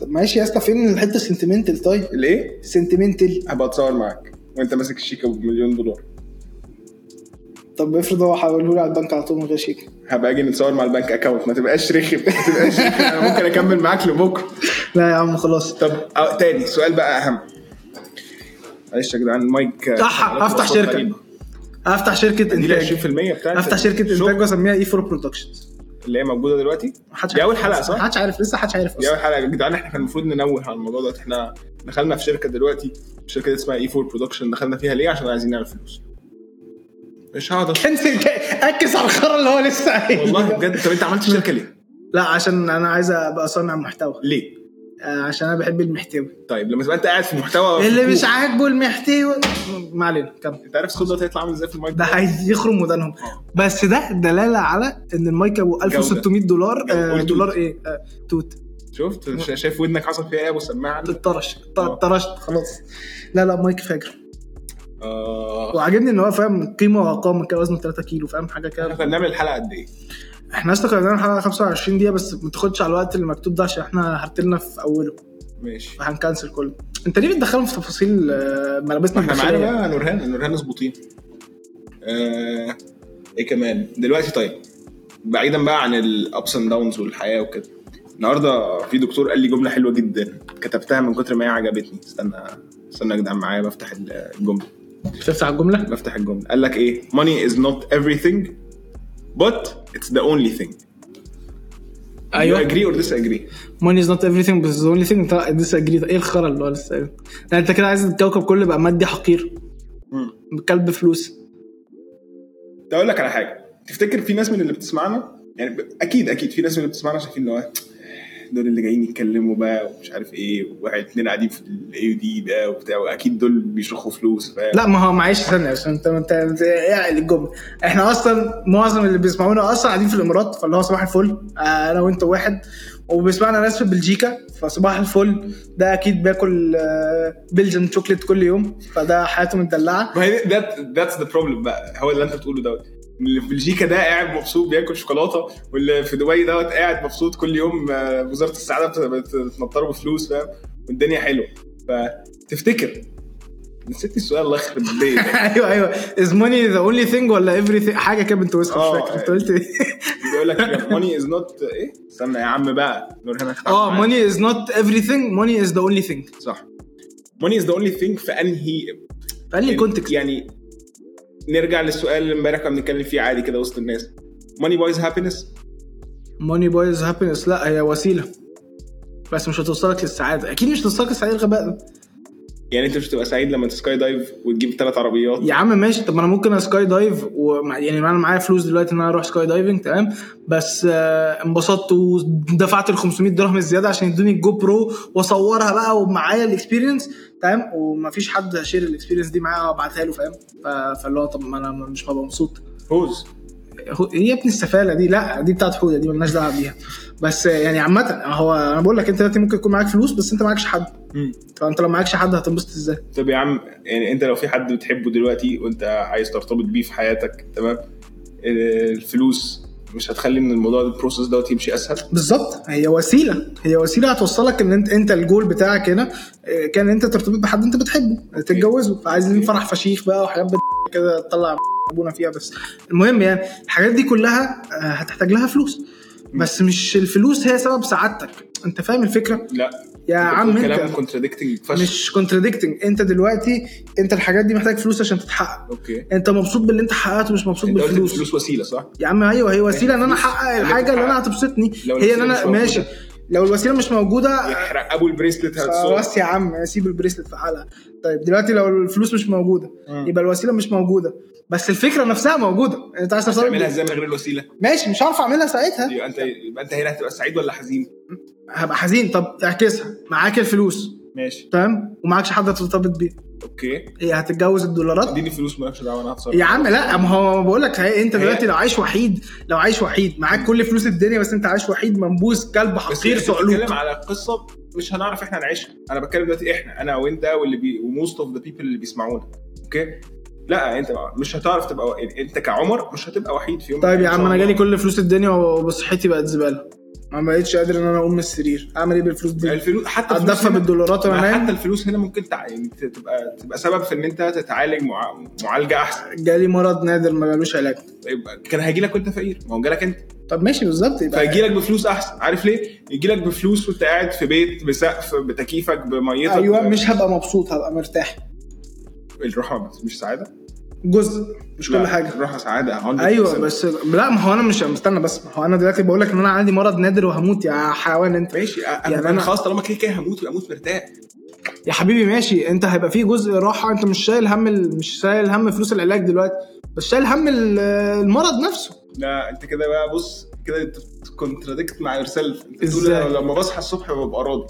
Speaker 2: طب ماشي يا اسطى فين الحته السنتمنتال طيب
Speaker 1: الايه؟
Speaker 2: سنتمنتال
Speaker 1: هبقى اتصور معاك وانت ماسك الشيكه بمليون دولار
Speaker 2: طب افرض هو حوله لي على البنك على طول من غير شيك
Speaker 1: هبقى اجي نتصور مع البنك اكونت ما تبقاش رخم ما تبقاش رخم انا ممكن اكمل معاك لبكره
Speaker 2: لا يا عم خلاص
Speaker 1: طب أه تاني سؤال بقى اهم معلش يا جدعان المايك آه،
Speaker 2: صح،
Speaker 1: حضرتك
Speaker 2: هفتح
Speaker 1: صوت
Speaker 2: شركة.
Speaker 1: غريب.
Speaker 2: افتح شركه
Speaker 1: دي لي 20%
Speaker 2: انتاج
Speaker 1: بتاعت
Speaker 2: افتح شركه
Speaker 1: الشغل
Speaker 2: انتاج واسميها اي 4 برودكشنز
Speaker 1: اللي هي موجوده دلوقتي
Speaker 2: محدش
Speaker 1: دي
Speaker 2: عارف
Speaker 1: اول حلقه
Speaker 2: أصلاً.
Speaker 1: صح؟
Speaker 2: محدش عارف لسه محدش عارف
Speaker 1: دي
Speaker 2: اصلا
Speaker 1: اول حلقه يا جدعان احنا كان المفروض ننوه على الموضوع ده احنا دخلنا في شركه دلوقتي شركه اسمها اي 4 برودكشن دخلنا فيها ليه عشان عايزين نعمل فلوس مش هقدر
Speaker 2: كنسل اكس على الخرا اللي هو لسه قايل.
Speaker 1: والله بجد طب انت عملت شركه ليه؟
Speaker 2: لا عشان انا عايز ابقى صانع محتوى
Speaker 1: ليه؟
Speaker 2: آه، عشان انا بحب المحتوى
Speaker 1: طيب لما تبقى انت قاعد في محتوى
Speaker 2: اللي مش
Speaker 1: عارف
Speaker 2: عاجبه المحتوى ما علينا كمل
Speaker 1: انت عارف الصوت ده هيطلع عامل ازاي في المايك
Speaker 2: ده هيخرم ودانهم بس ده دلاله على ان المايك ابو 1600 دولار
Speaker 1: جودة.
Speaker 2: آه
Speaker 1: قول توت.
Speaker 2: دولار ايه آه توت
Speaker 1: شفت شا- شايف ودنك حصل فيها ايه يا ابو سماعه
Speaker 2: اتطرش
Speaker 1: آه.
Speaker 2: اتطرشت خلاص لا لا مايك فاجر
Speaker 1: اه
Speaker 2: وعاجبني ان هو فاهم قيمه وقامه كده وزنه 3 كيلو فاهم حاجه
Speaker 1: احنا
Speaker 2: كده
Speaker 1: كنا بنعمل الحلقه قد ايه؟
Speaker 2: احنا اصلا كنا بنعمل حلقه 25 دقيقه بس ما تاخدش على الوقت اللي مكتوب ده عشان احنا هرتلنا في اوله
Speaker 1: ماشي
Speaker 2: فهنكنسل كله انت ليه بتدخلهم في تفاصيل آه، ملابسنا
Speaker 1: احنا معانا
Speaker 2: الداخليه
Speaker 1: بقى نورهان نورهان مظبوطين آه... ايه كمان دلوقتي طيب بعيدا بقى عن الابس اند داونز والحياه وكده النهارده في دكتور قال لي جمله حلوه جدا كتبتها من كتر ما هي عجبتني استنى استنى يا جدعان معايا بفتح الجمله
Speaker 2: بتفتح الجمله
Speaker 1: بفتح الجمله قال لك ايه money is not everything but it's the only thing you agree or disagree
Speaker 2: ماني از نوت ايفري ثينج بس اونلي ثينج ديس اجري ايه الخرا اللي هو لسه قايله؟ لا انت كده عايز الكوكب كله يبقى مادي حقير
Speaker 1: مم.
Speaker 2: كلب فلوس
Speaker 1: ده اقول لك على حاجه تفتكر في ناس من اللي بتسمعنا يعني ب- اكيد اكيد في ناس من اللي بتسمعنا شايفين اللي هو دول اللي جايين يتكلموا بقى ومش عارف ايه وواحد اتنين قاعدين في الاي دي ده وبتاع واكيد دول بيشخوا فلوس فاهم
Speaker 2: لا ما هو معلش ثانيه عشان انت انت انت- اعقل الجمله احنا اصلا معظم اللي بيسمعونا اصلا قاعدين في الامارات فاللي هو صباح الفل آه، انا وانت واحد وبيسمعنا ناس في بلجيكا فصباح الفل ده اكيد بياكل بلجن شوكليت كل يوم فده حياته مدلعه
Speaker 1: ما هي ده ذاتس ذا بروبلم بقى هو اللي انت بتقوله دوت اللي في بلجيكا ده قاعد مبسوط بياكل شوكولاته واللي في دبي دوت قاعد مبسوط كل يوم آه، وزاره السعاده بت- بتنطره بفلوس فاهم والدنيا حلوه فتفتكر نسيت السؤال الله يخرب الدنيا ده
Speaker 2: ايوه ايوه از ماني ذا اونلي ثينج ولا ايفري حاجه كده بنت وسخ
Speaker 1: آه،
Speaker 2: مش فاكر انت قلت ايه
Speaker 1: بيقول لك ماني از نوت ايه استنى يا عم بقى نور هنا اختار
Speaker 2: اه
Speaker 1: معايا.
Speaker 2: ماني از نوت ايفري ثينج ماني از ذا اونلي ثينج
Speaker 1: صح ماني از ذا اونلي ثينج في انهي
Speaker 2: فاني كونتكست
Speaker 1: يعني نرجع للسؤال اللي امبارح كنا بنتكلم فيه عادي كده وسط الناس ماني بايز هابينس
Speaker 2: ماني بايز هابينس لا هي وسيله بس مش هتوصلك للسعاده اكيد مش هتوصلك للسعاده الغباء ده
Speaker 1: يعني انت مش هتبقى سعيد لما تسكاي دايف وتجيب ثلاث عربيات
Speaker 2: يا عم ماشي طب ما انا ممكن اسكاي دايف ومع يعني انا معايا فلوس دلوقتي ان انا اروح سكاي دايفنج تمام بس آه، انبسطت ودفعت ال 500 درهم الزياده عشان يدوني الجو برو واصورها بقى ومعايا الاكسبيرينس تمام ومفيش حد هيشير الاكسبيرينس دي معايا وابعتها له فاهم ف- فاللي هو طب ما انا مش هبقى مبسوط
Speaker 1: هوز
Speaker 2: هو ايه يا ابني السفاله دي لا دي بتاعت حوده دي ملناش دعوه بيها بس يعني عامه هو انا بقول لك انت دلوقتي ممكن يكون معاك فلوس بس انت معكش حد فانت لو معكش حد هتنبسط ازاي
Speaker 1: طب يا عم يعني انت لو في حد بتحبه دلوقتي وانت عايز ترتبط بيه في حياتك تمام آه، الفلوس مش هتخلي ان الموضوع البروسيس دوت يمشي اسهل
Speaker 2: بالظبط هي وسيله هي وسيله هتوصلك ان انت انت الجول بتاعك هنا آه، كان انت ترتبط بحد انت بتحبه تتجوزه فعايزين فرح فشيخ بقى وحاجات بت- كده تطلع ابونا فيها بس المهم يعني الحاجات دي كلها آه، هتحتاج لها فلوس بس مش الفلوس هي سبب سعادتك انت فاهم الفكره
Speaker 1: لا
Speaker 2: يا عم
Speaker 1: كلام
Speaker 2: انت
Speaker 1: كونتراديكتنج فشخ
Speaker 2: مش كونتراديكتنج انت دلوقتي انت الحاجات دي محتاج فلوس عشان تتحقق
Speaker 1: اوكي
Speaker 2: انت مبسوط باللي انت حققته مش مبسوط
Speaker 1: انت قلت
Speaker 2: بالفلوس
Speaker 1: الفلوس وسيله صح؟
Speaker 2: يا عم ايوه هي وسيله ان انا احقق
Speaker 1: اللي
Speaker 2: الحاجه اللي انا
Speaker 1: بتحققها.
Speaker 2: هتبسطني
Speaker 1: لو
Speaker 2: هي
Speaker 1: الوسيلة
Speaker 2: ان
Speaker 1: مش
Speaker 2: انا
Speaker 1: موجودة.
Speaker 2: ماشي لو الوسيله مش موجوده
Speaker 1: يحرق ابو البريسلت هتصور
Speaker 2: خلاص يا عم سيب البريسلت في حالها طيب دلوقتي لو الفلوس مش موجوده يبقى الوسيله مش موجوده بس الفكره نفسها موجوده انت عايز توصل
Speaker 1: تعملها ازاي من غير الوسيله؟
Speaker 2: ماشي مش هعرف اعملها ساعتها
Speaker 1: يبقى انت يبقى انت هنا هتبقى سعيد ولا حزين؟
Speaker 2: هبقى حزين طب اعكسها معاك الفلوس
Speaker 1: ماشي
Speaker 2: تمام ومعكش حد ترتبط بيه
Speaker 1: اوكي
Speaker 2: هي هتتجوز الدولارات
Speaker 1: اديني فلوس مالكش دعوه انا هتصرف
Speaker 2: يا عم لا ما هو ما بقول لك انت
Speaker 1: هي-
Speaker 2: دلوقتي لو عايش وحيد لو عايش وحيد معاك كل فلوس الدنيا بس انت عايش وحيد منبوذ كلب
Speaker 1: بس
Speaker 2: حقير
Speaker 1: انت
Speaker 2: صقلوب
Speaker 1: بتتكلم على قصه مش هنعرف احنا نعيشها انا بتكلم دلوقتي احنا انا وانت واللي بي وموست اوف ذا بيبل اللي بيسمعونا اوكي لا انت مش هتعرف تبقى و... انت كعمر مش هتبقى وحيد في يوم
Speaker 2: طيب
Speaker 1: من
Speaker 2: يا
Speaker 1: الأيام إن
Speaker 2: عم
Speaker 1: شاء
Speaker 2: انا جالي
Speaker 1: الله.
Speaker 2: كل فلوس الدنيا وصحتي بقت زباله ما بقتش قادر ان انا اقوم من السرير اعمل ايه بالفلوس دي
Speaker 1: الفلوس حتى الفلوس
Speaker 2: اتدفى
Speaker 1: هنا-
Speaker 2: بالدولارات وانا
Speaker 1: ما حتى
Speaker 2: نايم
Speaker 1: الفلوس هنا ممكن تع... يعني ت- تبقى تبقى سبب في ان انت تتعالج مع... معالجه احسن
Speaker 2: جالي مرض نادر ما لوش علاج
Speaker 1: يبقى كان هيجي لك وانت فقير ما هو جالك انت
Speaker 2: طب ماشي بالظبط يبقى
Speaker 1: فيجي لك بفلوس احسن عارف ليه يجي لك بفلوس وانت قاعد في بيت بسقف بتكييفك بميتك
Speaker 2: ايوه مش هبقى مبسوط هبقى مرتاح
Speaker 1: الراحه مش سعاده
Speaker 2: جزء مش
Speaker 1: لا،
Speaker 2: كل حاجه
Speaker 1: الراحه سعاده 100%.
Speaker 2: ايوه بس لا ما هو انا مش مستنى بس ما هو انا دلوقتي بقول لك ان انا عندي مرض نادر وهموت يا حيوان انت
Speaker 1: ماشي انا
Speaker 2: يعني
Speaker 1: يعني
Speaker 2: أنا-
Speaker 1: انا خلاص طالما كده كده هموت يبقى اموت مرتاح
Speaker 2: يا حبيبي ماشي انت هيبقى في جزء راحه انت مش شايل هم ال- مش شايل هم فلوس العلاج دلوقتي بس شايل هم ال- المرض نفسه
Speaker 1: لا انت كده بقى بص كده انت كونتراديكت مع يور سيلف انت بتقول
Speaker 2: إزاي؟
Speaker 1: أنا لما بصحى الصبح ببقى راضي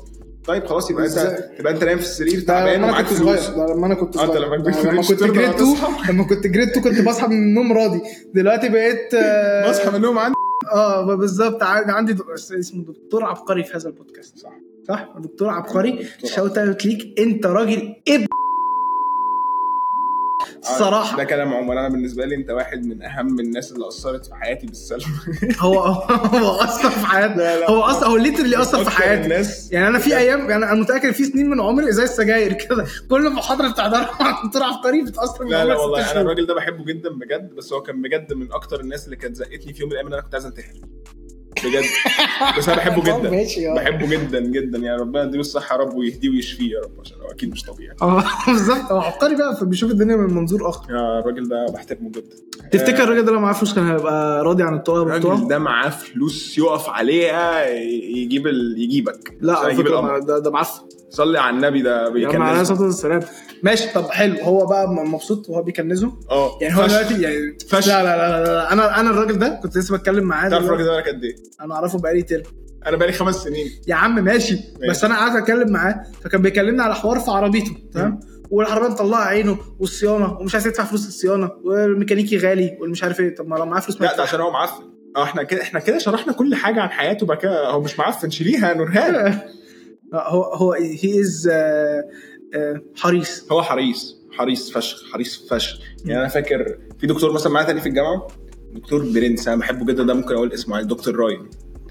Speaker 1: طيب خلاص يبقى
Speaker 2: إزاي؟
Speaker 1: انت تبقى انت نايم في السرير
Speaker 2: ده
Speaker 1: تعبان
Speaker 2: لما انا
Speaker 1: ومعاك
Speaker 2: كنت
Speaker 1: فلوس
Speaker 2: صغير ده لما انا كنت
Speaker 1: آه، أنت
Speaker 2: صغير
Speaker 1: لما كبرت
Speaker 2: ده لما
Speaker 1: مش
Speaker 2: كنت
Speaker 1: ترضى
Speaker 2: جريد 2
Speaker 1: تصحى.
Speaker 2: لما كنت جريد 2 كنت بصحى من النوم راضي دلوقتي بقيت آه،
Speaker 1: بصحى من النوم عندي
Speaker 2: اه بالظبط عن- عندي دك- اسمه دكتور عبقري في هذا البودكاست صح صح دكتور عبقري
Speaker 1: دكتور
Speaker 2: شوت اوت ليك انت راجل ابن
Speaker 1: آه،
Speaker 2: الصراحه
Speaker 1: ده كلام عمر انا بالنسبه لي انت واحد من اهم الناس اللي اثرت في حياتي بالسلب
Speaker 2: هو هو اثر في حياتي
Speaker 1: لا،
Speaker 2: هو اثر هو ليترلي اثر في
Speaker 1: أكتر
Speaker 2: حياتي
Speaker 1: الناس
Speaker 2: يعني انا في ايام يعني انا متاكد في سنين من عمري زي السجاير كده كل محاضره بتحضرها مع دكتور عبقري بتاثر من
Speaker 1: لا لا
Speaker 2: عمرك ست
Speaker 1: والله انا
Speaker 2: شهور.
Speaker 1: الراجل ده بحبه جدا بجد بس هو كان بجد من اكتر الناس اللي كانت زقتني في يوم من الايام ان انا كنت عايز انتحر بجد بس انا بحبه
Speaker 2: طب
Speaker 1: جدا
Speaker 2: ماشي آه.
Speaker 1: بحبه جدا جدا يعني ربنا يديله الصحه يا رب ويهديه ويشفيه يا رب عشان هو اكيد مش طبيعي
Speaker 2: هو اه بالظبط هو عبقري بقى فبيشوف الدنيا من منظور اخر
Speaker 1: يا الراجل ده بحترمه جدا
Speaker 2: تفتكر الراجل ده لو معاه فلوس كان هيبقى راضي عن الطلبه
Speaker 1: الراجل
Speaker 2: بتوعه؟
Speaker 1: ده معاه فلوس يقف عليها يجيب ال... يجيبك
Speaker 2: لا
Speaker 1: عشان
Speaker 2: على
Speaker 1: يجيب
Speaker 2: فكره
Speaker 1: القمر
Speaker 2: ده ده معفن
Speaker 1: صلي على النبي ده
Speaker 2: يعني مع عليه
Speaker 1: بيكنز
Speaker 2: الصلاه والسلام ماشي طب حلو هو بقى م- مبسوط وهو بيكنزه
Speaker 1: اه
Speaker 2: يعني هو
Speaker 1: فشخ.
Speaker 2: دلوقتي يعني
Speaker 1: فشخ.
Speaker 2: لا لا لا لا, لا. انا انا الراجل ده كنت لسه بتكلم معاه
Speaker 1: تعرف الراجل
Speaker 2: دلوقتي.
Speaker 1: ده بقالك قد ايه؟
Speaker 2: انا اعرفه بقالي ترم
Speaker 1: انا بقالي خمس سنين
Speaker 2: يا عم ماشي بس
Speaker 1: ماشي.
Speaker 2: انا قعدت اتكلم معاه فكان بيكلمني على حوار في عربيته تمام والعربيه مطلعه عينه والصيانه ومش عايز يدفع فلوس الصيانه والميكانيكي غالي والمش عارف ايه طب ما لو معاه فلوس ما
Speaker 1: لا ده
Speaker 2: يدفعش.
Speaker 1: عشان هو معفن اه احنا كده احنا كده شرحنا كل حاجه عن حياته بقى كده هو مش معفن شيليها يا نورهان
Speaker 2: هو هو uh, هي از حريص
Speaker 1: هو حريص حريص فشخ حريص فشخ يعني انا فاكر في دكتور مثلا معايا تاني في الجامعه دكتور برنس انا بحبه جدا ده ممكن اقول اسمه عادي، دكتور راين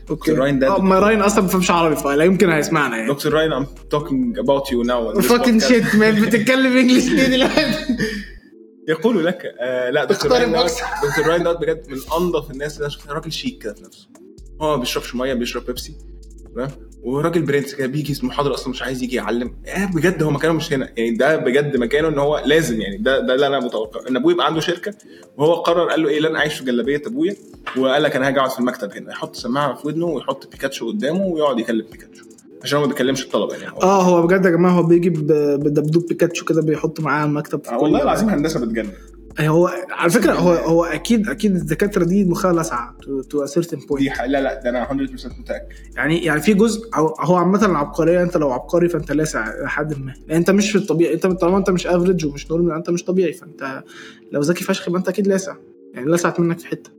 Speaker 2: اوكي
Speaker 1: راين ده
Speaker 2: آه، ما راين اصلا ما بيفهمش عربي فلا يمكن هيسمعنا يعني
Speaker 1: دكتور راين I'm talking about you now in this
Speaker 2: فاكن
Speaker 1: podcast.
Speaker 2: شيت مان بتتكلم انجلش ليه دلوقتي
Speaker 1: يقول لك آه لا دكتور
Speaker 2: اختار
Speaker 1: راين دوت
Speaker 2: النفس.
Speaker 1: دكتور راين دوت بجد من انظف الناس اللي انا شفتها راجل شيك كده في نفسه هو ما بيشربش ميه بيشرب بيبسي تمام وراجل برنس كده بيجي في المحاضره اصلا مش عايز يجي يعلم آه بجد هو مكانه مش هنا يعني ده بجد مكانه ان هو لازم يعني ده ده اللي انا متوقع ان ابوه يبقى عنده شركه وهو قرر قال له ايه لن اعيش في جلابيه ابويا وقال لك انا هاجي اقعد في المكتب هنا يحط سماعه في ودنه ويحط بيكاتشو قدامه ويقعد يكلم بيكاتشو عشان هو ما بيكلمش الطلبه يعني هو.
Speaker 2: اه هو بجد يا جماعه هو بيجي ب- بدبدوب بيكاتشو كده بيحط معاه على المكتب في كل-
Speaker 1: آه، والله العظيم هندسه بتجنن
Speaker 2: هو على فكره هو هو اكيد اكيد الدكاتره دي مخها لاسعه تو سيرتن
Speaker 1: دي
Speaker 2: بوينت
Speaker 1: حق- لا لا ده انا 100% متاكد
Speaker 2: يعني يعني في جزء هو- هو عامه العبقريه انت لو عبقري فانت لاسع الى حد ما لان انت مش في الطبيعي انت طالما انت مش افريج ومش نورمال انت مش طبيعي فانت لو ذكي فشخ يبقى انت اكيد لاسع يعني لسعت منك في حته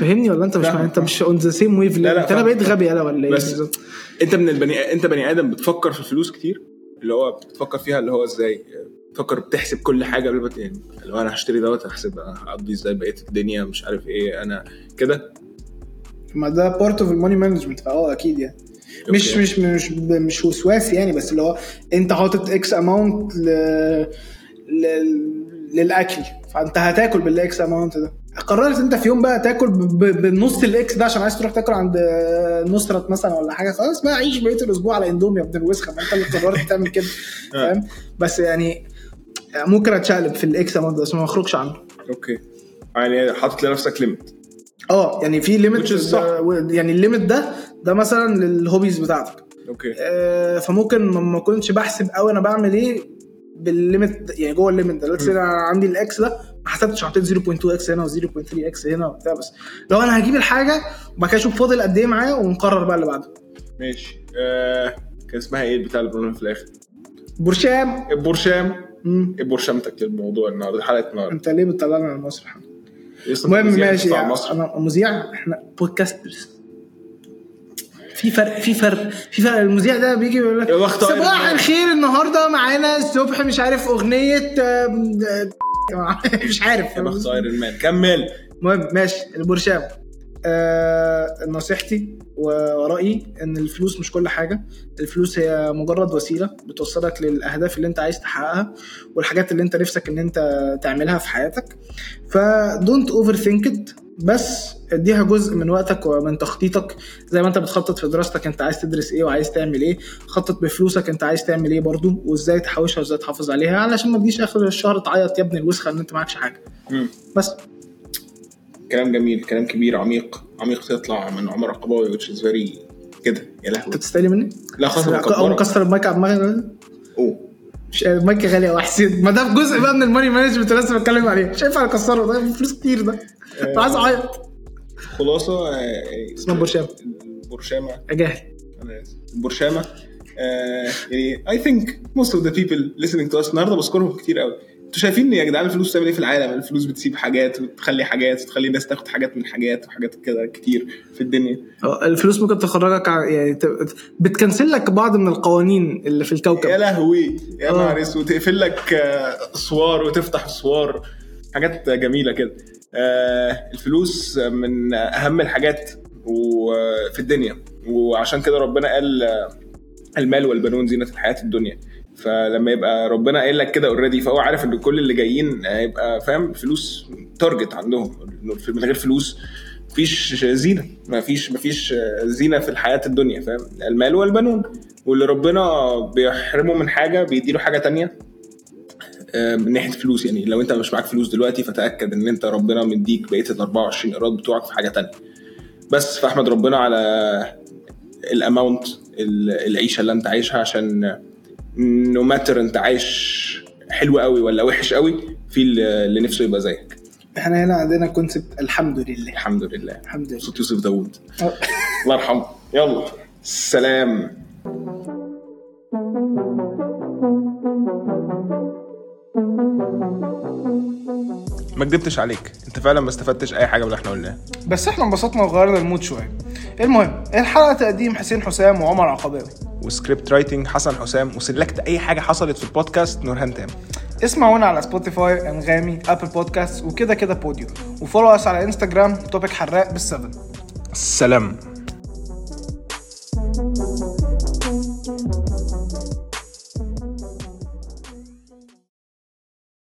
Speaker 2: فاهمني ولا انت مش
Speaker 1: فاهم،
Speaker 2: انت مش اون ذا سيم ويف
Speaker 1: لا، لا،
Speaker 2: انت انا
Speaker 1: فاهم.
Speaker 2: بقيت غبي انا ولا ايه
Speaker 1: بس
Speaker 2: بالظبط؟
Speaker 1: انت من البني انت بني ادم بتفكر في الفلوس كتير اللي هو بتفكر فيها اللي هو ازاي بتفكر بتحسب كل حاجه قبل ما ت- يعني اللي هو انا هشتري دوت هحسب هقضي ازاي بقيه الدنيا مش عارف ايه انا كده
Speaker 2: ما ده بارت اوف الموني مانجمنت فاه اكيد يعني مش
Speaker 1: أوكي.
Speaker 2: مش مش مش وسواس يعني بس اللي هو انت حاطط اكس اماونت ل... ل... للاكل فانت هتاكل بالاكس اماونت ده قررت انت في يوم بقى تاكل ب- ب- بالنص الاكس ده عشان عايز تروح تاكل عند آه، نصرت مثلا ولا حاجه خلاص بقى عيش بقيه الاسبوع على اندومي يا ابن الوسخه ما انت اللي قررت تعمل كده فاهم بس يعني ممكن اتشقلب في الاكس ده بس ما اخرجش عنه
Speaker 1: اوكي يعني حاطط لنفسك ليميت
Speaker 2: اه يعني في
Speaker 1: Which
Speaker 2: ليميت
Speaker 1: is صح.
Speaker 2: يعني الليميت ده ده مثلا للهوبيز بتاعتك
Speaker 1: اوكي
Speaker 2: آه، فممكن ما- ما كنتش بحسب قوي انا بعمل ايه بالليميت ده- يعني جوه الليميت ده ليتس انا عندي الاكس ده ما حسبتش حطيت 0.2 اكس هنا و0.3 اكس هنا وبتاع بس لو انا هجيب الحاجه وبعد كده اشوف فاضل قد ايه معايا ونقرر بقى اللي بعده
Speaker 1: ماشي آه كان اسمها ايه بتاع البرنامج في الاخر
Speaker 2: برشام
Speaker 1: البرشام
Speaker 2: مم.
Speaker 1: ايه برشامتك للموضوع النهارده حلقه النهارده
Speaker 2: انت ليه بتطلعنا على مصر يا محمد؟
Speaker 1: لسه
Speaker 2: المهم
Speaker 1: مذيع
Speaker 2: ماشي
Speaker 1: بتاع
Speaker 2: يعني
Speaker 1: مصر
Speaker 2: انا مذيع احنا بودكاسترز في فرق في فرق في فرق المذيع ده بيجي بيقول لك
Speaker 1: يلا اختار
Speaker 2: صباح
Speaker 1: ال-
Speaker 2: الخير النهارده معانا الصبح مش عارف اغنيه آم، آه، مش عارف
Speaker 1: يا بخت ايرون مان كمل
Speaker 2: المهم ماشي البرشام آه نصيحتي ورأيي ان الفلوس مش كل حاجة الفلوس هي مجرد وسيلة بتوصلك للأهداف اللي انت عايز تحققها والحاجات اللي انت نفسك ان انت تعملها في حياتك فدونت اوفر ثينك ات بس اديها جزء من وقتك ومن تخطيطك زي ما انت بتخطط في دراستك انت عايز تدرس ايه وعايز تعمل ايه خطط بفلوسك انت عايز تعمل ايه برضو وازاي تحوشها وازاي تحافظ عليها علشان ما تجيش اخر الشهر تعيط يا ابن الوسخه ان انت معكش حاجه
Speaker 1: مم.
Speaker 2: بس
Speaker 1: كلام جميل كلام كبير عميق عميق يطلع من عمر القباوي which is very كده يا لهوي
Speaker 2: انت بتستاهلي مني؟
Speaker 1: لا خلاص أنا
Speaker 2: أو
Speaker 1: مكبرك.
Speaker 2: مكسر المايك على دماغي دلوقتي؟
Speaker 1: اوه
Speaker 2: مش قادر، المايك غالي يا حسين ما ده جزء بقى من الماني مانجمنت اللي لسه بتكلم عليه مش هينفع اكسره ده فلوس كتير ده انا عايز اعيط
Speaker 1: خلاصه آه،
Speaker 2: اسمها برشام
Speaker 1: البرشامه
Speaker 2: اجاهل
Speaker 1: انا اسف برشامه آه يعني اي ثينك موست اوف ذا بيبل listening تو اس النهارده بذكرهم كتير قوي انتوا شايفين يا جدعان الفلوس بتعمل ايه في العالم الفلوس بتسيب حاجات وتخلي حاجات وتخلي الناس تاخد حاجات من حاجات وحاجات كده كتير في الدنيا
Speaker 2: اه، الفلوس ممكن تخرجك ع- يعني ت- بتكنسل لك بعض من القوانين اللي في
Speaker 1: يا
Speaker 2: الكوكب
Speaker 1: لهوي يا
Speaker 2: آه.
Speaker 1: نهار اسود وتقفل لك آه، اسوار وتفتح اسوار حاجات جميله كده آه الفلوس من اهم الحاجات وفي الدنيا وعشان كده ربنا قال آه، المال والبنون زينه الحياه الدنيا فلما يبقى ربنا قايل لك كده اوريدي فهو عارف ان كل اللي جايين هيبقى فاهم فلوس تارجت عندهم إنه في- من غير فلوس مفيش زينه مفيش مفيش زينه في الحياه الدنيا فاهم المال والبنون واللي ربنا بيحرمه من حاجه بيديله حاجه تانية آه، من ناحيه فلوس يعني لو انت مش معاك فلوس دلوقتي فتاكد ان انت ربنا مديك بقيه ال 24 ايراد بتوعك في حاجه تانية بس فاحمد ربنا على الاماونت العيشه اللي انت عايشها عشان نو ماتر انت عايش حلو قوي ولا وحش قوي في اللي اللي نفسه يبقى زيك
Speaker 2: احنا هنا عندنا كونسبت الحمد لله
Speaker 1: الحمد لله
Speaker 2: الحمد لله
Speaker 1: صوت يوسف داوود
Speaker 2: اه.
Speaker 1: الله يرحمه يلا سلام ما كدبتش عليك انت فعلا ما استفدتش اي حاجه من اللي احنا قلناه
Speaker 2: بس احنا انبسطنا وغيرنا المود شويه المهم الحلقه تقديم حسين حسام وعمر عقباوي
Speaker 1: وسكريبت رايتنج حسن حسام وسلكت اي حاجه حصلت في البودكاست نورهان تامر
Speaker 2: اسمعونا على سبوتيفاي انغامي ابل بودكاست وكده كده بوديو وفولو اس على انستجرام توبيك حراق بالسفن
Speaker 1: سلام